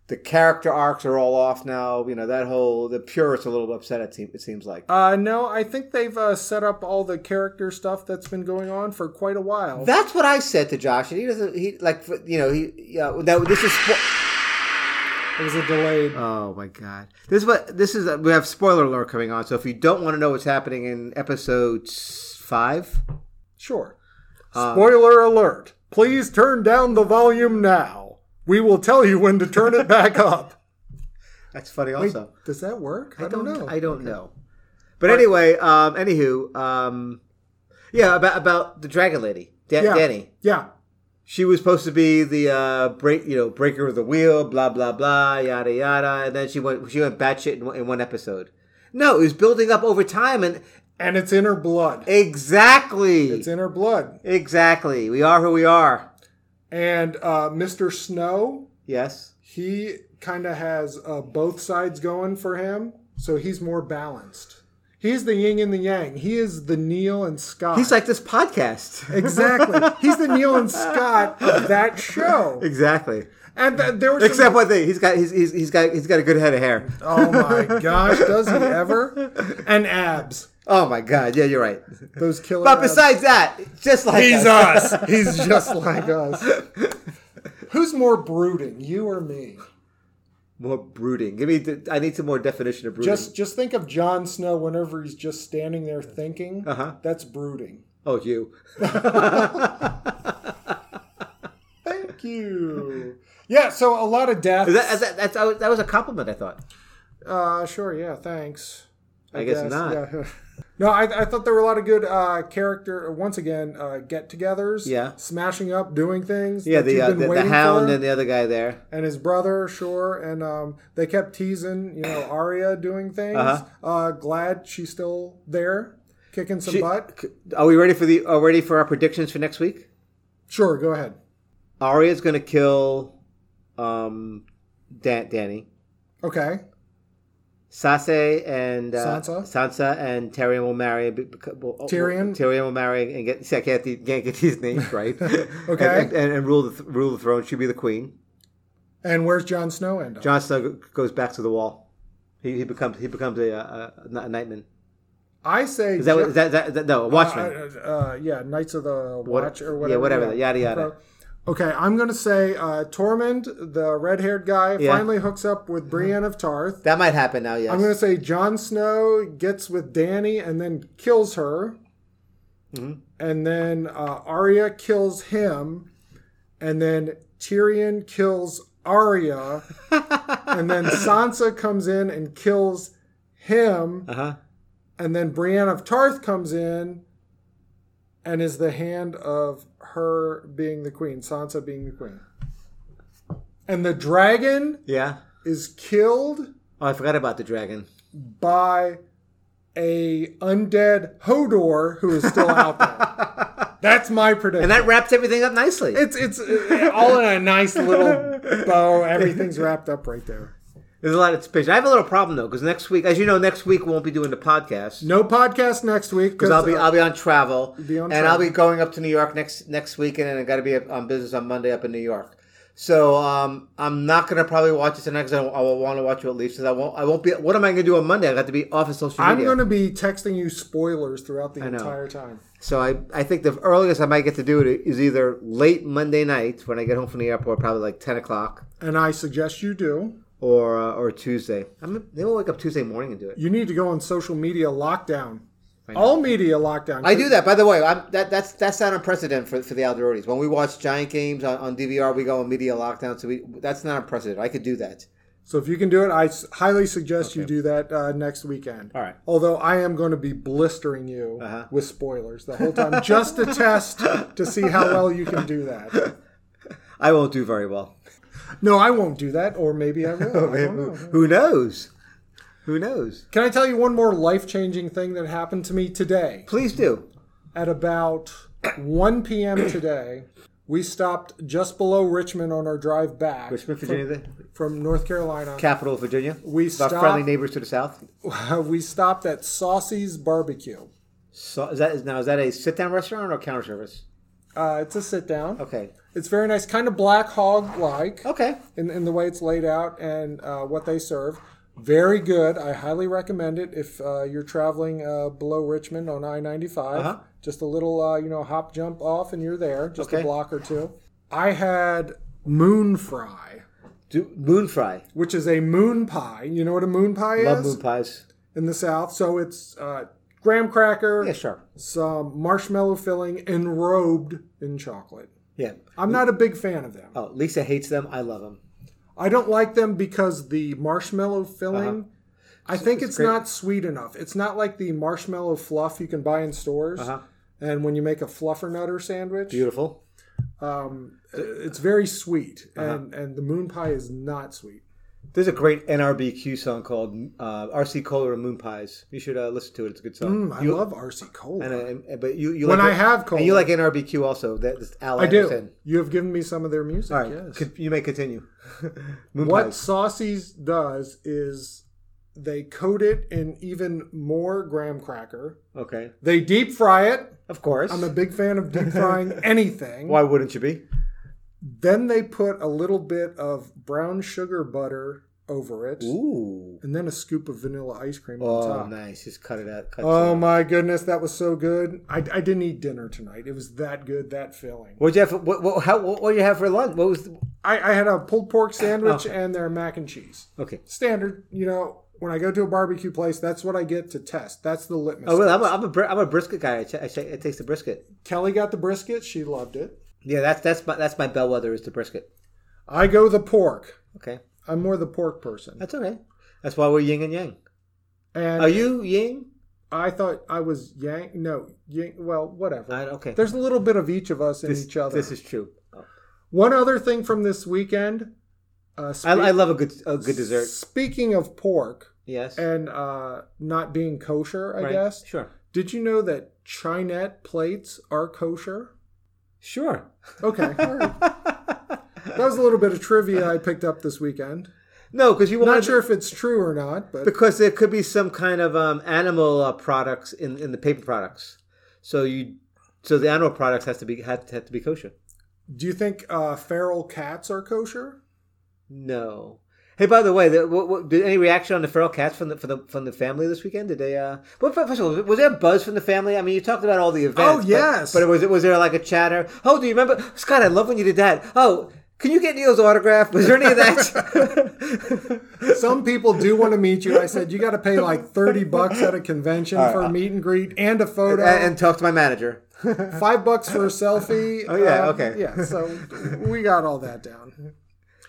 [SPEAKER 2] the character arcs are all off now. You know that whole the purists are a little upset. It seems it seems like
[SPEAKER 1] Uh, no, I think they've uh, set up all the character stuff that's been going on for quite a while.
[SPEAKER 2] that's what I said to Josh, and he doesn't. He like for- you know he yeah. Now this is. Spo-
[SPEAKER 1] it was a delayed.
[SPEAKER 2] Oh my god! This is what this is. We have spoiler alert coming on, so if you don't want to know what's happening in episode s- five,
[SPEAKER 1] Sure.
[SPEAKER 2] Uh,
[SPEAKER 1] Spoiler alert. Please turn down the volume now. We will tell you when to turn
[SPEAKER 2] *laughs*
[SPEAKER 1] it back up.
[SPEAKER 2] that's funny.
[SPEAKER 1] Wait,
[SPEAKER 2] Also,
[SPEAKER 1] does that work? I, don't, know.
[SPEAKER 2] I don't know. But anyway, um, anywho, um, yeah, about about the dragon lady, da-
[SPEAKER 1] yeah.
[SPEAKER 2] Danny.
[SPEAKER 1] Yeah.
[SPEAKER 2] She was supposed to be the uh, break, you know, breaker of the wheel, blah blah blah, yada yada, and then she went she went batshit in, one- in one episode. No, it was building up over time, and
[SPEAKER 1] And it's in her blood.
[SPEAKER 2] exactly,
[SPEAKER 1] It's in her blood.
[SPEAKER 2] exactly, we are who we are.
[SPEAKER 1] And uh, Mr. Snow,
[SPEAKER 2] Yes.
[SPEAKER 1] he kind of has uh, both sides going for him, so he's more balanced. He's the yin and the yang. He is the Neil and Scott.
[SPEAKER 2] He's like this
[SPEAKER 1] *laughs*
[SPEAKER 2] podcast. *laughs*
[SPEAKER 1] Exactly. He's the Neil and Scott of that show.
[SPEAKER 2] exactly.
[SPEAKER 1] And th- there was some-
[SPEAKER 2] *laughs* Except one thing, he's got he's, he's, he's got he's got a good head of hair.
[SPEAKER 1] oh my gosh, does he ever? And abs.
[SPEAKER 2] Oh my god, yeah, you're right.
[SPEAKER 1] Those killer.
[SPEAKER 2] But
[SPEAKER 1] abs.
[SPEAKER 2] besides that, just like
[SPEAKER 1] he's
[SPEAKER 2] us.
[SPEAKER 1] us. He's *laughs* just like us. Who's more brooding, you or me?
[SPEAKER 2] *laughs* more brooding. Give me the, I need some more definition of brooding.
[SPEAKER 1] Just just think of Jon Snow whenever he's just standing there thinking.
[SPEAKER 2] Uh-huh.
[SPEAKER 1] That's brooding.
[SPEAKER 2] oh, you.
[SPEAKER 1] Thank you. Yeah, so a lot of death.
[SPEAKER 2] Is that, is that, that's, that was- that was a compliment, I thought.
[SPEAKER 1] Uh, sure. Yeah. Thanks.
[SPEAKER 2] I guess not.
[SPEAKER 1] yeah. *laughs* No, I, I thought there were a lot of good uh, character once again uh, get-togethers.
[SPEAKER 2] Yeah.
[SPEAKER 1] smashing up, doing things.
[SPEAKER 2] Yeah,
[SPEAKER 1] that
[SPEAKER 2] the
[SPEAKER 1] you've
[SPEAKER 2] uh,
[SPEAKER 1] been
[SPEAKER 2] the, the
[SPEAKER 1] waiting
[SPEAKER 2] hound
[SPEAKER 1] for.
[SPEAKER 2] and the other guy there.
[SPEAKER 1] and his brother, sure. And um, they kept teasing, you
[SPEAKER 2] *coughs*
[SPEAKER 1] know, Arya doing things. uh
[SPEAKER 2] Uh-huh.
[SPEAKER 1] glad she's still there, kicking some butt.
[SPEAKER 2] Are we ready for the are we ready for our predictions for next week?
[SPEAKER 1] Sure, go ahead.
[SPEAKER 2] Arya's gonna kill um Dan- Danny.
[SPEAKER 1] Okay,
[SPEAKER 2] Sase and uh,
[SPEAKER 1] Sansa?
[SPEAKER 2] Sansa and Tyrion will marry. be- bec- will- will-
[SPEAKER 1] Tyrion?
[SPEAKER 2] Tyrion will marry and get. See, I can't, th- can't get these
[SPEAKER 1] *laughs*
[SPEAKER 2] names right.
[SPEAKER 1] Okay.
[SPEAKER 2] And, and, and rule the th- rule the throne. She'll be the queen.
[SPEAKER 1] and where's Jon Snow end up?
[SPEAKER 2] Jon Snow g- goes back to the wall. He, he becomes he becomes a, uh, a, a nightman.
[SPEAKER 1] I say
[SPEAKER 2] Is that, what- is that, is that, is that no a watchman?
[SPEAKER 1] Uh, uh, yeah, Knights of the
[SPEAKER 2] What-
[SPEAKER 1] Watch or whatever.
[SPEAKER 2] Yeah, whatever. Yada yada.
[SPEAKER 1] Okay, I'm gonna say uh, Tormund, the red-haired guy,
[SPEAKER 2] Yeah.
[SPEAKER 1] finally hooks up with Brienne of Tarth.
[SPEAKER 2] That might happen now. Yes.
[SPEAKER 1] I'm gonna say Jon Snow gets with Danny and then kills her, and then uh, Arya kills him, and then Tyrion kills Arya, and then Sansa comes in and kills him,
[SPEAKER 2] Uh huh.
[SPEAKER 1] and then Brienne of Tarth comes in and is the hand of her being the queen, Sansa being the queen. And the dragon
[SPEAKER 2] Yeah.
[SPEAKER 1] is killed
[SPEAKER 2] Oh, I forgot about the dragon.
[SPEAKER 1] by a undead Hodor who is still out there.
[SPEAKER 2] *laughs*
[SPEAKER 1] That's my prediction.
[SPEAKER 2] And that wraps everything up nicely.
[SPEAKER 1] it's it's uh, all in a nice little bow. Everything's wrapped up right there.
[SPEAKER 2] There's a lot of space. I have a little problem though, because next week, as you know, next week we won't be doing the podcast.
[SPEAKER 1] No podcast next week
[SPEAKER 2] because I'll be
[SPEAKER 1] uh,
[SPEAKER 2] I'll be on travel,
[SPEAKER 1] be on
[SPEAKER 2] and I'll be going up to New York next next weekend, and I got to be up on business on Monday up in New York. So um, I'm not gonna probably watch it tonight because I, I will want to watch it at least because I won't I won't be. What am I gonna do on Monday? I got to be off of social
[SPEAKER 1] I'm
[SPEAKER 2] media.
[SPEAKER 1] going to be texting you spoilers throughout the
[SPEAKER 2] know.
[SPEAKER 1] entire time.
[SPEAKER 2] So I I think the earliest I might get to do it is either late Monday night when I get home from the airport, probably like ten o'clock,
[SPEAKER 1] And I suggest you do.
[SPEAKER 2] or uh, or Tuesday. I'm they will wake up Tuesday morning and do it.
[SPEAKER 1] You need to go on social media lockdown. All media lockdown.
[SPEAKER 2] I do that, by the way. I'm, that that's that's not unprecedented for, for the Alderites. When we watch giant games on, on DVR, we go on media lockdown, so we that's not unprecedented. I could do that.
[SPEAKER 1] So if you can do it, I s- highly suggest you do that uh, next weekend.
[SPEAKER 2] All right.
[SPEAKER 1] Although I am going to be blistering you
[SPEAKER 2] Uh-huh.
[SPEAKER 1] with spoilers the whole time, just to test to see how well you can do that.
[SPEAKER 2] *laughs* I won't do very well.
[SPEAKER 1] No, I won't do that, or maybe I
[SPEAKER 2] *laughs*
[SPEAKER 1] will. I don't
[SPEAKER 2] Who,
[SPEAKER 1] know.
[SPEAKER 2] who knows? Who knows?
[SPEAKER 1] Can I tell you one more life changing thing that happened to me today?
[SPEAKER 2] Please do.
[SPEAKER 1] At about 1 p.m. today, we stopped just below Richmond on our drive back
[SPEAKER 2] Richmond, Virginia, the
[SPEAKER 1] from North Carolina.
[SPEAKER 2] capital of Virginia.
[SPEAKER 1] We
[SPEAKER 2] our friendly
[SPEAKER 1] stop-
[SPEAKER 2] neighbors to the south.
[SPEAKER 1] *laughs* we stopped at Saucy's Barbecue.
[SPEAKER 2] So, is that is now is that a sit down restaurant or counter service?
[SPEAKER 1] Uh, it's a sit down.
[SPEAKER 2] Okay.
[SPEAKER 1] It's very nice, kind of black hog like
[SPEAKER 2] Okay.
[SPEAKER 1] in, in the way it's laid out and uh, what they serve. Very good. I highly recommend it if uh, you're traveling uh, below Richmond on I 95.
[SPEAKER 2] Uh-huh.
[SPEAKER 1] Just a little, uh, you know, hop jump off and you're there, just
[SPEAKER 2] Okay.
[SPEAKER 1] a block or two. I had moon fry,
[SPEAKER 2] Do, moon fry.
[SPEAKER 1] which is a moon pie. You know what a moon pie
[SPEAKER 2] Love
[SPEAKER 1] is
[SPEAKER 2] moon pies.
[SPEAKER 1] in the South? So it's uh, graham cracker,
[SPEAKER 2] Yeah, sure.
[SPEAKER 1] some marshmallow filling, enrobed in chocolate.
[SPEAKER 2] Yeah.
[SPEAKER 1] I'm not a big fan of them.
[SPEAKER 2] Oh, Lisa hates them. I love them.
[SPEAKER 1] I don't like them because the marshmallow filling. I think it's,
[SPEAKER 2] Uh-huh. great.
[SPEAKER 1] not sweet enough. It's not like the marshmallow fluff you can buy in stores.
[SPEAKER 2] Uh-huh.
[SPEAKER 1] And when you make a fluffer nutter sandwich,
[SPEAKER 2] Beautiful.
[SPEAKER 1] um, it's very sweet.
[SPEAKER 2] Uh-huh.
[SPEAKER 1] And and the moon pie is not sweet.
[SPEAKER 2] There's a great NRBQ song called uh, RC Cola and Moon Pies. You should uh, listen to it. It's a good song.
[SPEAKER 1] Mm, I love RC Cola.
[SPEAKER 2] And, uh, and- but you, you
[SPEAKER 1] When
[SPEAKER 2] like
[SPEAKER 1] I have cola.
[SPEAKER 2] and you like NRBQ also. That that's Al
[SPEAKER 1] I do.
[SPEAKER 2] Anderson.
[SPEAKER 1] You have given me some of their music.
[SPEAKER 2] All right,
[SPEAKER 1] Yes.
[SPEAKER 2] con- you may continue. *laughs* moon
[SPEAKER 1] What
[SPEAKER 2] pies.
[SPEAKER 1] Saucy's does is they coat it in even more graham cracker.
[SPEAKER 2] Okay,
[SPEAKER 1] They deep fry it.
[SPEAKER 2] of course.
[SPEAKER 1] I'm a big fan of deep
[SPEAKER 2] *laughs*
[SPEAKER 1] frying anything.
[SPEAKER 2] Why wouldn't you be?
[SPEAKER 1] Then they put a little bit of brown sugar butter over it,
[SPEAKER 2] Ooh.
[SPEAKER 1] and then a scoop of vanilla ice cream on
[SPEAKER 2] Oh,
[SPEAKER 1] top.
[SPEAKER 2] nice. Just cut it out. Cut
[SPEAKER 1] Oh
[SPEAKER 2] it.
[SPEAKER 1] my goodness, that was so good. I, I didn't eat dinner tonight. It was that good, that filling.
[SPEAKER 2] What'd you have? For, what, what, how, what, what you have for lunch? What was? The,
[SPEAKER 1] I, I had a pulled pork sandwich
[SPEAKER 2] *laughs* Okay.
[SPEAKER 1] and their mac and cheese.
[SPEAKER 2] okay.
[SPEAKER 1] Standard, you know, when I go to a barbecue place, that's what I get to test. That's the litmus.
[SPEAKER 2] Oh, well,
[SPEAKER 1] test.
[SPEAKER 2] I'm a, I'm a, bri- I'm a brisket guy. I, ch- I, ch- I taste the brisket.
[SPEAKER 1] Kelly got the brisket. She loved it.
[SPEAKER 2] Yeah, that's that's my that's my bellwether is the brisket.
[SPEAKER 1] I go the pork.
[SPEAKER 2] Okay,
[SPEAKER 1] I'm more the pork person.
[SPEAKER 2] that's okay. That's why we're yin and yang.
[SPEAKER 1] And
[SPEAKER 2] Are you yin?
[SPEAKER 1] I thought I was Yang. No, Yang. Well, whatever.
[SPEAKER 2] I, okay. Oh.
[SPEAKER 1] There's a little bit of each of us in
[SPEAKER 2] this,
[SPEAKER 1] each other.
[SPEAKER 2] This is true.
[SPEAKER 1] One other thing from this weekend. Uh,
[SPEAKER 2] I,
[SPEAKER 1] speak-
[SPEAKER 2] I love a good a good dessert.
[SPEAKER 1] Speaking of pork
[SPEAKER 2] Yes.
[SPEAKER 1] and uh, not being kosher, I
[SPEAKER 2] Right.
[SPEAKER 1] guess.
[SPEAKER 2] Sure.
[SPEAKER 1] Did you know that Chinette plates are kosher?
[SPEAKER 2] Sure. *laughs*
[SPEAKER 1] Okay. all right. that was a little bit of trivia I picked up this weekend.
[SPEAKER 2] No, because you want
[SPEAKER 1] Not sure if it's true or not, but
[SPEAKER 2] because there could be some kind of um, animal uh, products in, in the paper products. So you, so the animal products has to be had had to be kosher.
[SPEAKER 1] do you think uh, feral cats are kosher?
[SPEAKER 2] No. Hey, by the way, the, what, what, did any reaction on the feral cats from the from the from the family this weekend? Did they? Uh, well, first of all, was there a buzz from the family? I mean, you talked about all the events. but-
[SPEAKER 1] yes.
[SPEAKER 2] but, was it was there like a chatter? Oh, do you remember Scott? I love when you did that. Oh, can you get Neil's autograph? Was there any of *laughs* that?
[SPEAKER 1] Some people do want to meet you. I said you got to pay like thirty bucks at a convention for a meet and greet and a photo,
[SPEAKER 2] uh, and, and talk to my manager. *laughs*
[SPEAKER 1] five Uh, bucks for a selfie. um,
[SPEAKER 2] Oh, yeah, okay.
[SPEAKER 1] yeah. So we got all that down.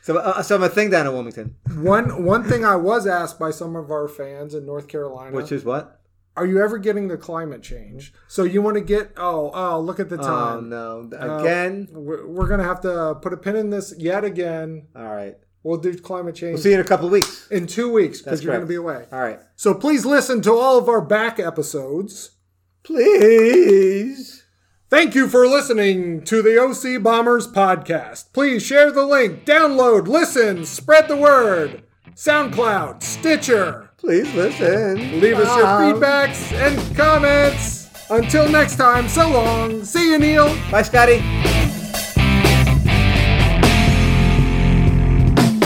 [SPEAKER 2] So, uh, so I'm a thing down in Wilmington,
[SPEAKER 1] One one thing I was asked by some of our fans in North Carolina,
[SPEAKER 2] which is what?
[SPEAKER 1] are you ever getting the climate change? So you want to get oh oh look at the
[SPEAKER 2] Oh
[SPEAKER 1] time.
[SPEAKER 2] no, Oh. again.
[SPEAKER 1] We're we're gonna have to put a pin in this yet again.
[SPEAKER 2] All right.
[SPEAKER 1] We'll do climate change
[SPEAKER 2] See you in a couple of weeks.
[SPEAKER 1] in two weeks
[SPEAKER 2] That's
[SPEAKER 1] because you're gonna
[SPEAKER 2] correct.
[SPEAKER 1] be away.
[SPEAKER 2] All right.
[SPEAKER 1] So please listen to all of our back episodes.
[SPEAKER 2] Please.
[SPEAKER 1] Thank you for listening to the OC Bombers podcast. Please share the link, download, listen, spread the word. SoundCloud, Stitcher.
[SPEAKER 2] Please listen. Um,
[SPEAKER 1] Leave us your
[SPEAKER 2] Wow.
[SPEAKER 1] feedbacks and comments. Until next time, so long. See you, Neil.
[SPEAKER 2] Bye, Scotty.